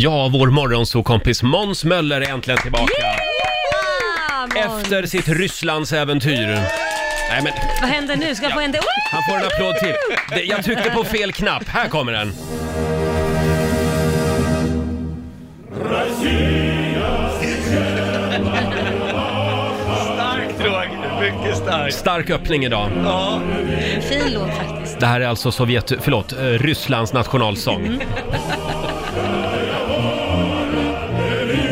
Ja, vår morgonsåkompis Måns Möller är äntligen tillbaka Ah, Måns. efter sitt Rysslandsäventyr. Nej, men Vad händer nu? Ska jag få en... han får en applåd till. Det- Jag tryckte på fel knapp. Här kommer den. Starkt Roger, mycket starkt. Stark öppning idag. Ja. Fin låt faktiskt. Det här är alltså Sovjet... Förlåt, eh, Rysslands nationalsång.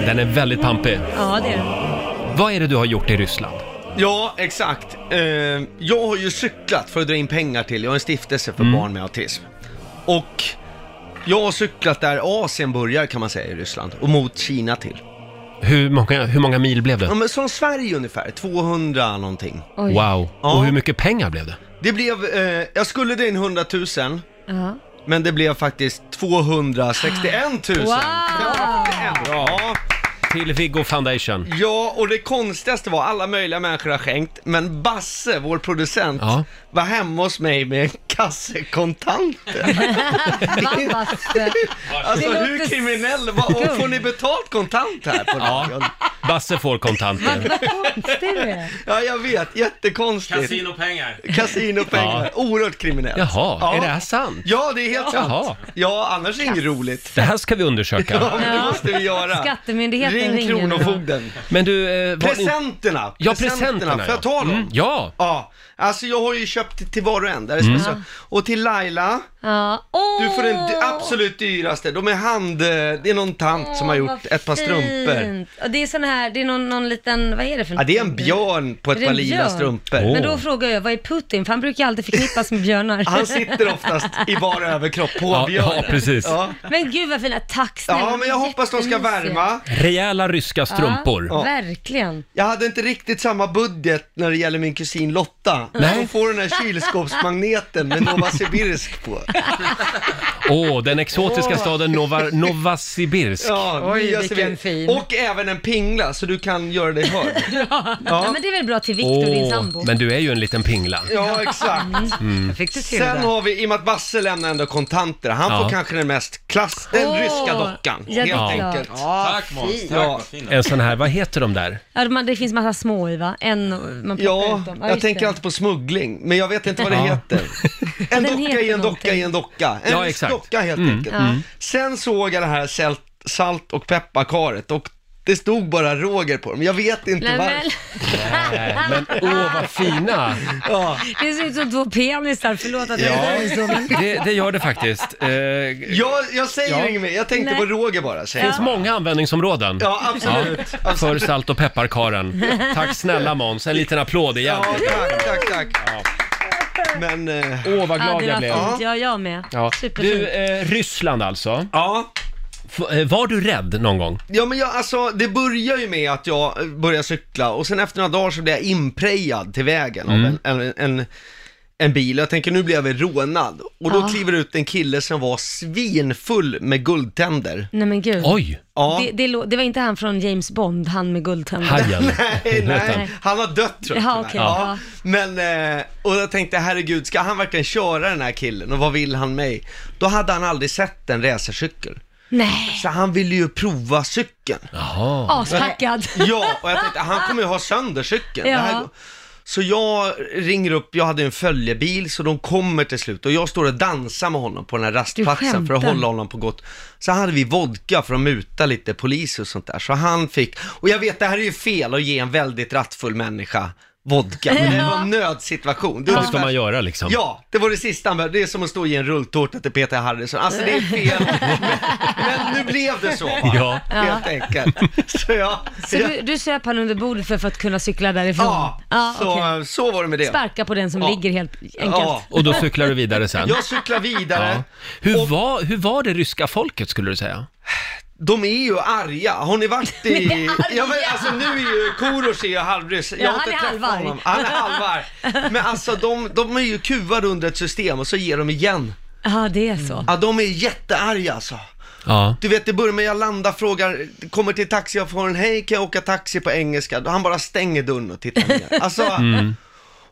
Den är väldigt pampig. Ja, det är den. Vad är det du har gjort i Ryssland? ja, exakt. Eh, jag har ju cyklat för att dra in pengar till, jag har en stiftelse för barn med autism. Och jag har cyklat där Asien börjar kan man säga i Ryssland, och mot Kina till. Hur många, hur många mil blev Ja, det? men som Sverige ungefär, 200 någonting. Oj. Wow. Ja. Och hur mycket pengar blev det? Det blev, eh, jag skulle dra in 100 000, Ja. men det blev faktiskt 261 000. Wow. Ja. Till Viggo Foundation. Ja, och det konstigaste var alla möjliga människor har skänkt, men Basse, vår producent, Ja. var hemma hos mig med en kasse kontanter. Vad Basse. Alltså Det hur låter kriminell, vad, och skumt. får ni betalt kontant här på radion? Basse får kontanter. Vad konstig du är. Ja, jag vet, jättekonstigt. Kasinopengar. Kasinopengar, Ja. oerhört kriminellt. Jaha, ja. är det här sant? Ja, det är helt Jaha. sant. Ja, annars är det inget roligt. Det här ska vi undersöka. Ja, men det måste vi göra. Skattemyndigheten ringer. Ring Kronofogden. Men du, eh, var ni- Presenterna! Ja, presenterna. Får jag ta dem? Mm, ja, Ja, alltså jag har ju köpt till var och en där Mm. det ska så. Och till Laila, Ja. Åh! du får den d- absolut dyraste. De är hand... eh, Det är någon tant som har Åh, gjort vad ett par fint. strumpor. Och det är sån här, det är någon, någon liten, vad är det för Ja, det är en björn på Är ett det en par lila björn? strumpor. Åh. Men då frågar jag, vad är Putin? För han brukar ju alltid förknippas med björnar. Han sitter oftast i bara överkropp på Ja, björnen. ja, precis. Ja. Men gud vad fina, tack snälla. ja, men jag hoppas de ska Jättemysiga. värma. rejäla ryska strumpor. Ja, verkligen. Jag hade inte riktigt samma budget när det gäller min kusin Lotta. Nej. Hon får den här kylskåpsmagneten med Novosibirsk på. Åh, den exotiska staden Nova, Novosibirsk. Ja, Oj, nya vilken servering. fin. Och även en pingla, så du kan göra dig hörd. Ja. men det är väl bra till Viktor, din Åh, sambo. men du är ju en liten pingla. Ja, exakt. Mm. Fick du till Sen det? har vi, i och med att Basse lämnar ändå kontanter, han Ja. får kanske den mest klass, den Åh, ryska dockan, ja, det är helt klart. enkelt. Tack Måns, tack Ja. vad fin. En sån här, vad heter de där? Ja, man, det finns massa små i va? En och- man plockar Ja, ut dem. jag just tänker det. alltid på smuggling, men jag vet inte vad det Ja. heter. den En docka heter i en docka någonting. i en docka. En Ja, exakt. docka helt enkelt. Ja. Mm. Sen såg jag det här salt, salt och pepparkaret och det stod bara Roger på dem. Jag vet inte Nej, men, varför. Nej, men åh vad fina! Ja. det ser ut som två penisar, förlåt att jag Ja, är så. men- det, det gör det faktiskt. Eh, det Jag, jag säger Ja. inget mer, jag tänkte Nej. på Roger bara. Säger finns jag. många användningsområden. Ja, absolut. Ja, för salt och pepparkaren. Tack snälla Måns, en liten applåd igen. Ja, tack, tack, tack. Men, eh, Åh vad Ja, glad det jag var blev. fint. Ja, jag med. Ja. Superfint. Du, eh, Ryssland alltså. ja. F- eh, var du rädd någon gång? Ja men jag, alltså det börjar ju med att jag eh, börjar cykla och sen efter några dagar så blir jag inprejad till vägen av en, en, en, en bil. Jag tänker nu blir jag väl rånad. Och då Ja. kliver ut en kille som var svinfull med guldtänder. Nej men gud. Oj, Ja. Det, det, lå- det var inte han från James Bond, han med guldtänder. hajen. Nej, nej, han har dött tror jag Jaha, tyvärr. okej, ja. ja. Men, eh, och jag tänkte herregud, ska han verkligen köra den här killen och vad vill han mig? Då hade han aldrig sett en racercykel. Nej, Så han ville ju prova cykeln. Jaha. aspackad. Ja, och jag tänkte han kommer ju ha sönder cykeln. Ja. Det här går- Så jag ringer upp, jag hade en följebil så de kommer till slut och jag står och dansar med honom på den här rastplatsen för att skämtar. hålla honom på gott. Så hade vi vodka för att muta lite polis och sånt där. Så han fick, och jag vet det här är ju fel att ge en väldigt rattfull människa vodka, men det var en nödsituation. Det är Vad ska ungefär- man göra liksom? Ja, det var det sista han behövde. Det är som att stå i en rulltårta till Peter Harrison. Alltså det är fel, men, men nu blev det så va? Ja. Helt enkelt. Så jag, Så jag- du, du söp han under bordet för, för att kunna cykla därifrån? Ja, så, okej. så var det med det. Sparka på den som Ja. ligger helt enkelt. Ja, Och då cyklar du vidare sen? jag cyklar vidare. Ja. Hur, var, hur var det ryska folket skulle du säga? De är ju arga. Har ni varit i... De är arga. Ja, men alltså nu är ju Korosh är ju halvryss. Ja, han har inte är träffat halvarg. honom. Han är halvar. Men alltså de, de är ju kuvade under ett system och så ger de igen. Ja, det är så. Ja, de är jättearga alltså. Ja. Du vet det börjar med jag landar, frågar, kommer till taxi, jag får en hej, kan jag åka taxi på engelska? Då Han bara stänger dörren och tittar ner. Alltså, Mm.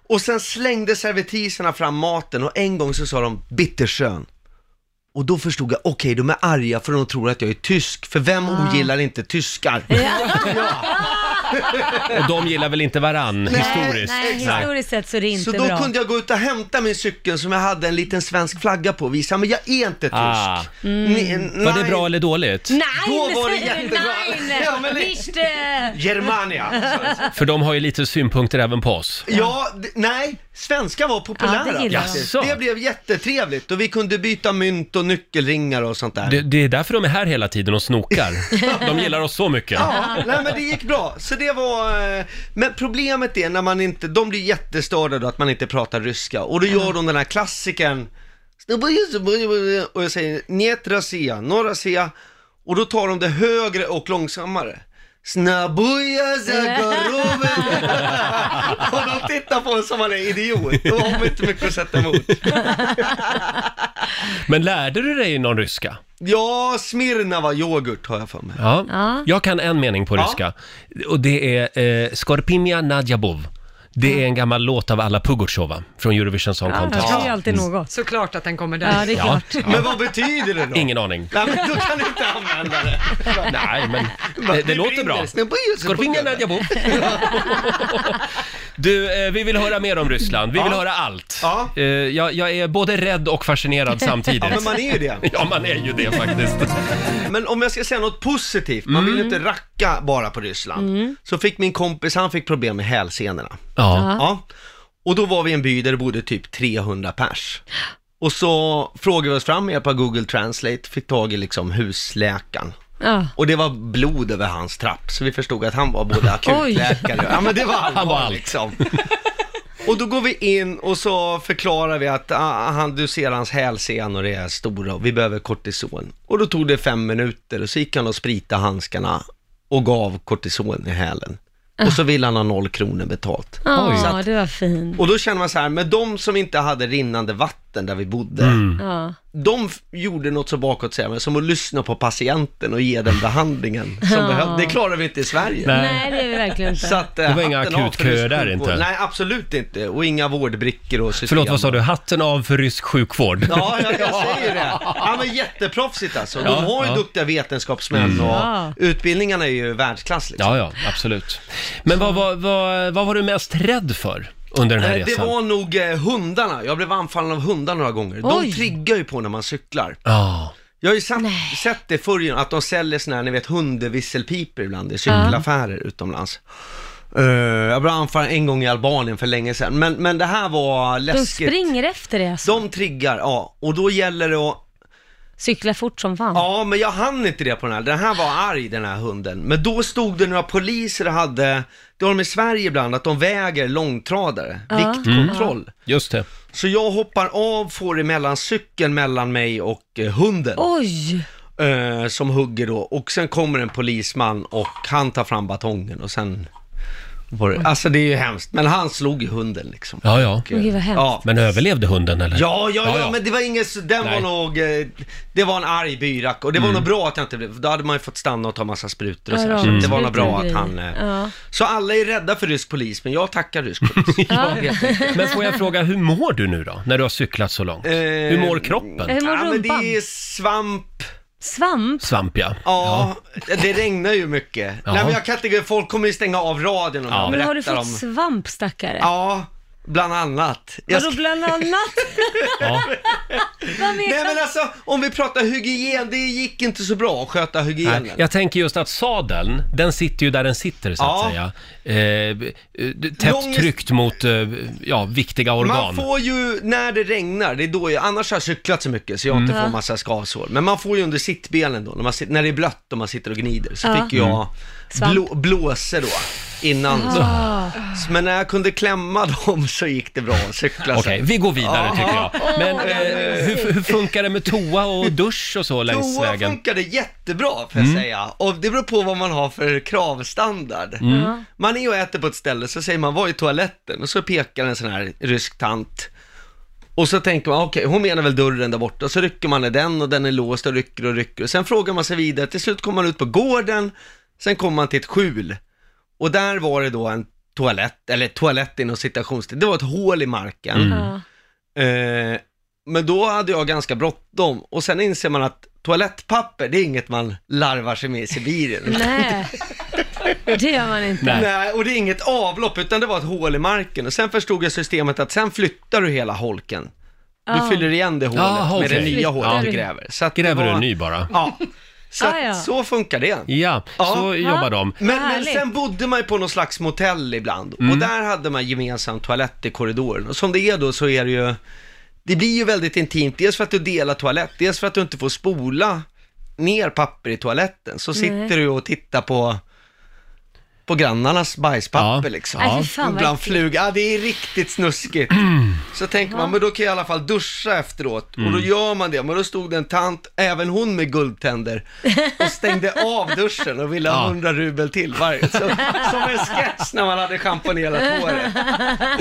Och sen slängde servitriserna fram maten och en gång så sa de bitterskön. Och då förstod jag, okej de är arga för de tror att jag är tysk, för vem Ah. ogillar inte tyskar? Och de gillar väl inte varann historiskt? Nej, historiskt sett så är det inte Så då bra. kunde jag gå ut och hämta min cykel som jag hade en liten svensk flagga på och visa, men jag är inte tysk. Ah. Ni- Mm. Var det nej. bra eller dåligt? Nej, Då var det säger du jättebra. nej! Ja, men det- Nicht, eh, Germania. För de har ju lite synpunkter även på oss. Ja, d- nej, svenska var populära. Ja, det gillar jag. faktiskt. Jaså? det blev jättetrevligt och vi kunde byta mynt och nyckelringar och sånt där. Det, det är därför de är här hela tiden och snokar. De gillar oss så mycket. Ja, nej men det gick bra. Så det var... eh, Men problemet är när man inte... De blir jättestörda då att man inte pratar ryska. Och då gör de den här klassikern. Och jag säger njet rasia, no rasia. Och då tar de det högre och långsammare. Snabuja zagoroven. Och de tittar på en som man är idiot. Då har man inte mycket att sätta emot. Men lärde du dig någon ryska? Ja, Smirnava yoghurt har jag för mig. Ja. Ja. Jag kan en mening på Ja. ryska. Och det är eh, Skorpimia Nadjabov. Det är en gammal låt av alla Pugutjova från Eurovision Song Ja, det Contest. kan ju alltid något. Såklart att den kommer där. Ja, det är Ja. klart. Men vad betyder det då? Ingen aning. Nej, men då kan du inte använda det. Nej, men det, det låter bra. Skorpimia Nadjabov. Du, eh, vi vill höra mer om Ryssland. Vi vill Ja. höra allt. Ja. Eh, jag, jag är både rädd och fascinerad samtidigt. Ja, men man är ju det. Ja, man är ju det faktiskt. Men om jag ska säga något positivt, man vill inte racka bara på Ryssland. Så fick min kompis, han fick problem med hälsenorna. Ja. Ja. Och då var vi i en by där det bodde typ 300 pers. Och så frågade vi oss fram med hjälp av Google Translate, fick tag i liksom husläkaren. Ja. Och det var blod över hans trapp, så vi förstod att han var både akutläkare Ja men det var allvar Han var allt. liksom. Och då går vi in och så förklarar vi att ah, han, du ser hans hälsenor är stora och vi behöver kortison. Och då tog det fem minuter och så gick han och spritade handskarna och gav kortison i hälen. Och så ville han ha noll kronor betalt. Så Ja, att, det var fint. och då känner man så här, med de som inte hade rinnande vatten där vi bodde, Mm. Ja. de f- gjorde något så bakåt säger man, som att lyssna på patienten och ge den behandlingen som Ja. behövs. Det klarar vi inte i Sverige. Nej. Nej, det är vi verkligen inte. Så att, eh, Det var inga hatten av för akutköer rysk där sjukvård. inte. Nej, absolut inte. Och inga vårdbrickor och system. Förlåt, vad sa du? Hatten av för rysk sjukvård. Ja, jag, jag säger det. Ja, men jätteproffsigt alltså. De Ja, har ju ja. Mm. duktiga vetenskapsmän och Ja. utbildningarna är ju världsklass liksom. Ja, ja, absolut. Men vad, vad, vad, vad var du mest rädd för under den här Eh, Det resan? var nog eh, hundarna. Jag blev anfallen av hundar några gånger. Oj. De triggar ju på när man cyklar. Ja, Jag har ju satt, sett det förr, ju, att de säljer såna här, ni vet, hundvisselpipor ibland i cykelaffärer utomlands. Eh, jag blev anfallen en gång i Albanien för länge sedan, men, men det här var De läskigt. springer efter det alltså. De triggar, ja, och då gäller det att, Cyklar fort som fan. ja men jag hann inte det på den här, den här var arg den här hunden. Men då stod det några poliser och hade, det har de i Sverige ibland, att de väger långtradare, viktkontroll. Mm. just det. Så jag hoppar av, får emellan cykeln mellan mig och eh, hunden. Oj! eh, som hugger då och sen kommer en polisman och han tar fram batongen och sen var det, alltså det är ju hemskt, men han slog ju hunden liksom. Ja, ja. Åh, gud, vad hemskt. Ja. Men överlevde hunden eller? Ja, ja, Ja, ja, ja. men det var ingen, så- den Nej. Mm. var nog, eh, det var en arg byrack och det var nog bra att jag inte blev, då hade man ju fått stanna och ta massa sprutor och Ja, sådär, då, så det var sprutor nog bra och att han, eh, grejer. Ja. så alla är rädda för rysk polis, men jag tackar rysk polis. Jag vet inte. Men får jag fråga, hur mår du nu då? När du har cyklat så långt? Eh, Hur mår kroppen? Hur mår ja, men det rumpan? är svamp, Svamp? Svamp ja. Ja, det regnar ju mycket. Ja. Nej men jag kan inte, folk kommer ju stänga av radion om Ja. jag Men berättar har du fått om... svamp stackare? Ja, bland annat. Jag Vadå sk- bland annat? Ja. Vad menar Nej men du? alltså, om vi pratar hygien, det gick inte så bra att sköta hygienen. Nej, jag tänker just att sadeln, den sitter ju där den sitter så att Ja. säga. Eh, eh, tätt Lång- tryckt mot eh, ja, viktiga organ. Man får ju, när det regnar, det är då jag, annars har jag cyklat så mycket så jag Mm. inte får massa skavsår. Men man får ju under sittbenen då, när, man, sit- när det är blött och man sitter och gnider, så Ja. fick Mm. jag Svamp. blå, blåser då, innan. Ah. Så, men när jag kunde klämma dem så gick det bra att cykla Okej, sen. vi går vidare Ja. tycker jag. Men Åh, vad eh, hur, hur funkar det med toa och dusch och så längs Toa vägen? funkade jättebra får jag Mm. säga. Och det beror på vad man har för kravstandard. Mm. Man är och äter på ett ställe så säger man, var är toaletten? Och så pekar en sån här rysk tant. Och så tänker man, okej, hon menar väl dörren där borta. Och så rycker man i den och den är låst och rycker och rycker. Och sen frågar man sig vidare, till slut kommer man ut på gården. Sen kommer man till ett skjul. Och där var det då en toalett, eller toalett inom citationstecken. Det var ett hål i marken. Mm. Ja. Eh, men då hade jag ganska bråttom och sen inser man att toalettpapper, det är inget man larvar sig med i Sibirien. Nej, det gör man inte. Nej. Nej, och det är inget avlopp, utan det var ett hål i marken. Och sen förstod jag systemet att sen flyttar du hela holken. Du Ah. fyller igen det hålet Ah, med det okej. nya hålet Ja. du gräver. Så att det Gräver du var- en ny bara? Ja. Så, Ah, ja. att, så funkar det. Ja, Ja. så jobbar de. Men, men Härligt. sen bodde man ju på någon slags motell ibland och Mm. där hade man gemensam toalett i korridoren. Och som det är då så är det ju, det blir ju väldigt intimt, dels för att du delar toalett, dels för att du inte får spola ner papper i toaletten. Så sitter du och tittar på, på grannarnas bajspapper Ja. liksom. Nej, fy fan, vad Bland äckligt. flug, ja det är riktigt snuskigt. Så tänker man, men då kan jag i alla fall duscha efteråt. Och Mm. då gör man det, men då stod det en tant, även hon med guldtänder, och stängde av duschen och ville ha Ja. 100 rubel till varje. Så, som en sketch när man hade schamponerat håret.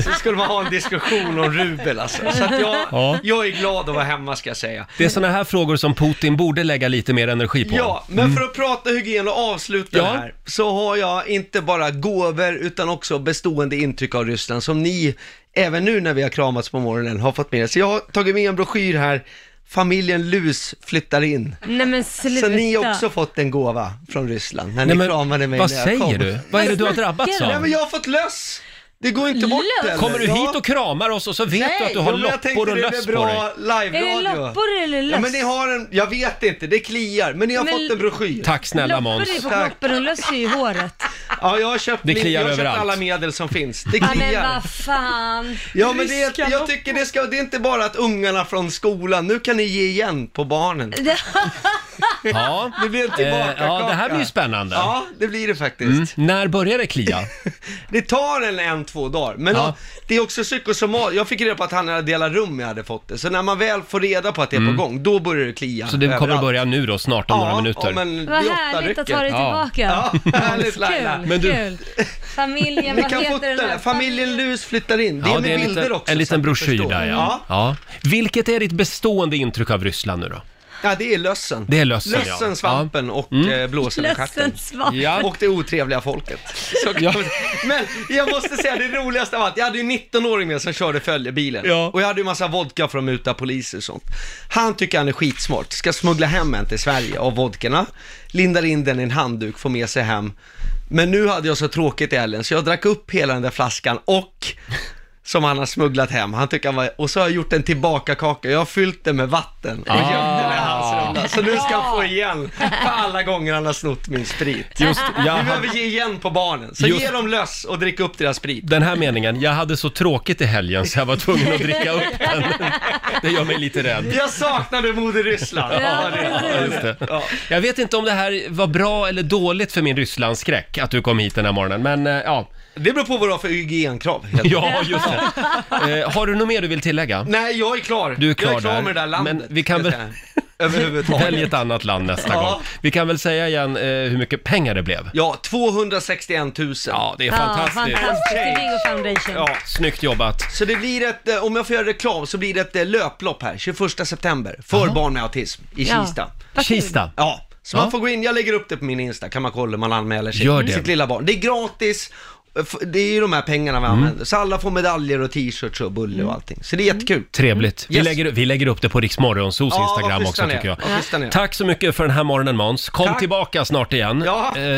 Så skulle man ha en diskussion om rubel alltså. Så att jag, Ja. jag är glad att vara hemma ska jag säga. Det är såna här frågor som Putin borde lägga lite mer energi på. Mm. Ja, men för att prata hygien och avsluta Ja. det här, så har jag inte bara gåvor utan också bestående intryck av Ryssland som ni, även nu när vi har kramats på morgonen, har fått med er. Så jag har tagit med en broschyr här, Familjen Lus flyttar in. Nej men sluta. Så ni har också fått en gåva från Ryssland när ni Nej, men, kramade mig vad när jag kom. säger du? Vad är det du har drabbats snackar av? Nej men jag har fått löss! Det går inte bort Löss? heller. Kommer du Ja. hit och kramar oss och så vet du att du Ja, har men jag loppor tänkte och det löss blir på dig? bra live-radio. Är det loppor eller löss? Ja men ni har en, jag vet inte, det kliar, men ni har Men- fått en broschyr. Tack snälla Loppor Måns. i på Tack. kroppen och löser ju håret. Ja, jag har köpt, Det min- kliar jag har köpt överallt. alla medel som finns. Det Ja men kliar. vad fan. Ja, men det, Ryska jag tycker det ska, det är inte bara att ungarna från skolan, nu kan ni ge igen på barnen. Ja. Det blir en Eh, tillbakakaka. ja, det här blir ju spännande. Ja, det blir det faktiskt. Mm. När börjar det klia? Det tar en en, två dagar. Men Ja. ja, det är också psykosomat. Jag fick reda på att han hade delat rum med jag hade fått det. Så när man väl får reda på att det är på gång, då börjar det klia Mm. Så det kommer överallt. att börja nu då, snart om ja, några Ja, minuter. men det Vad är åtta härligt att rycken. ha dig Ja. tillbaka. Ja, härligt Laila. Kul, Men du- kul. Familjen, Ni vad kan heter fota den här? den, familjen Lus flyttar in. Det är Ja, med en bilder liten, också. en så att liten ni broschyr förstår. där ja. ja. ja. Vilket är ditt bestående intryck av Ryssland nu då? Ja, det är lössen. Det är lössen, ja. lössen svampen och mm. blåsen och stjärten. Lössen svamp. Ja. Och det otrevliga folket. Så kan Ja. man- Men jag måste säga det roligaste av allt, jag hade ju en 19-åring med som körde följebilen. Ja. Och jag hade ju massa vodka från muta poliser och sånt. Han tycker han är skitsmart, ska smuggla hem en till Sverige av vodkorna, lindar in den i en handduk, får med sig hem. Men nu hade jag så tråkigt i helgen så jag drack upp hela den där flaskan och som han har smugglat hem. Han tycker han var, och så har jag gjort en tillbakakaka. Jag har fyllt den med vatten och gömt den Ah. i hans runda. Så nu ska han få igen för alla gånger han har snott min sprit. Just, Vi jag, behöver ge igen på barnen. Så Just- ge dem löss och drick upp deras sprit. den här meningen, jag hade så tråkigt i helgen så jag var tvungen att dricka upp den. Det gör mig lite rädd. Jag saknade moder Ryssland. Ja, Just det. Ja. Jag vet inte om det här var bra eller dåligt för min Rysslandsskräck att du kom hit den här morgonen, men eh, ja. Det beror på vad du har för hygienkrav. helt enkelt. Ja, just det. Eh, har du något mer du vill tillägga? Nej, jag är klar. Du är klar jag är klar där. med det där landet. Men vi kan ska jag väl- säga. Överhuvudtaget. Välj ett annat land nästa Ja. gång. Vi kan väl säga igen eh, hur mycket pengar det blev. Ja, 261 000. Ja, det är Ja, fantastiskt. fantastiskt. Det Okej. är Viggo Foundation. Ja. Snyggt jobbat. Så det blir ett, eh, om jag får göra reklam, så blir det ett eh, löplopp här 21 september för barn med autism i Ja. Kista. Vad kul. Kista. Ja, så Ja. man får gå in, jag lägger upp det på min Insta, kan man kolla hur man anmäler sig. Gör det. Sitt lilla barn. Det är gratis, f- det är ju de här pengarna vi Mm. använder. Så alla får medaljer och t-shirts och bulle och allting. Så det är jättekul. Trevligt. Vi, Yes. lägger, vi lägger upp det på Riksmorgonsos Ja, vad Instagram schyssta också ni är. tycker jag. Vad schyssta ni är. Tack så mycket för den här morgonen Måns. Kom Tack. tillbaka snart igen. Ja. Eh,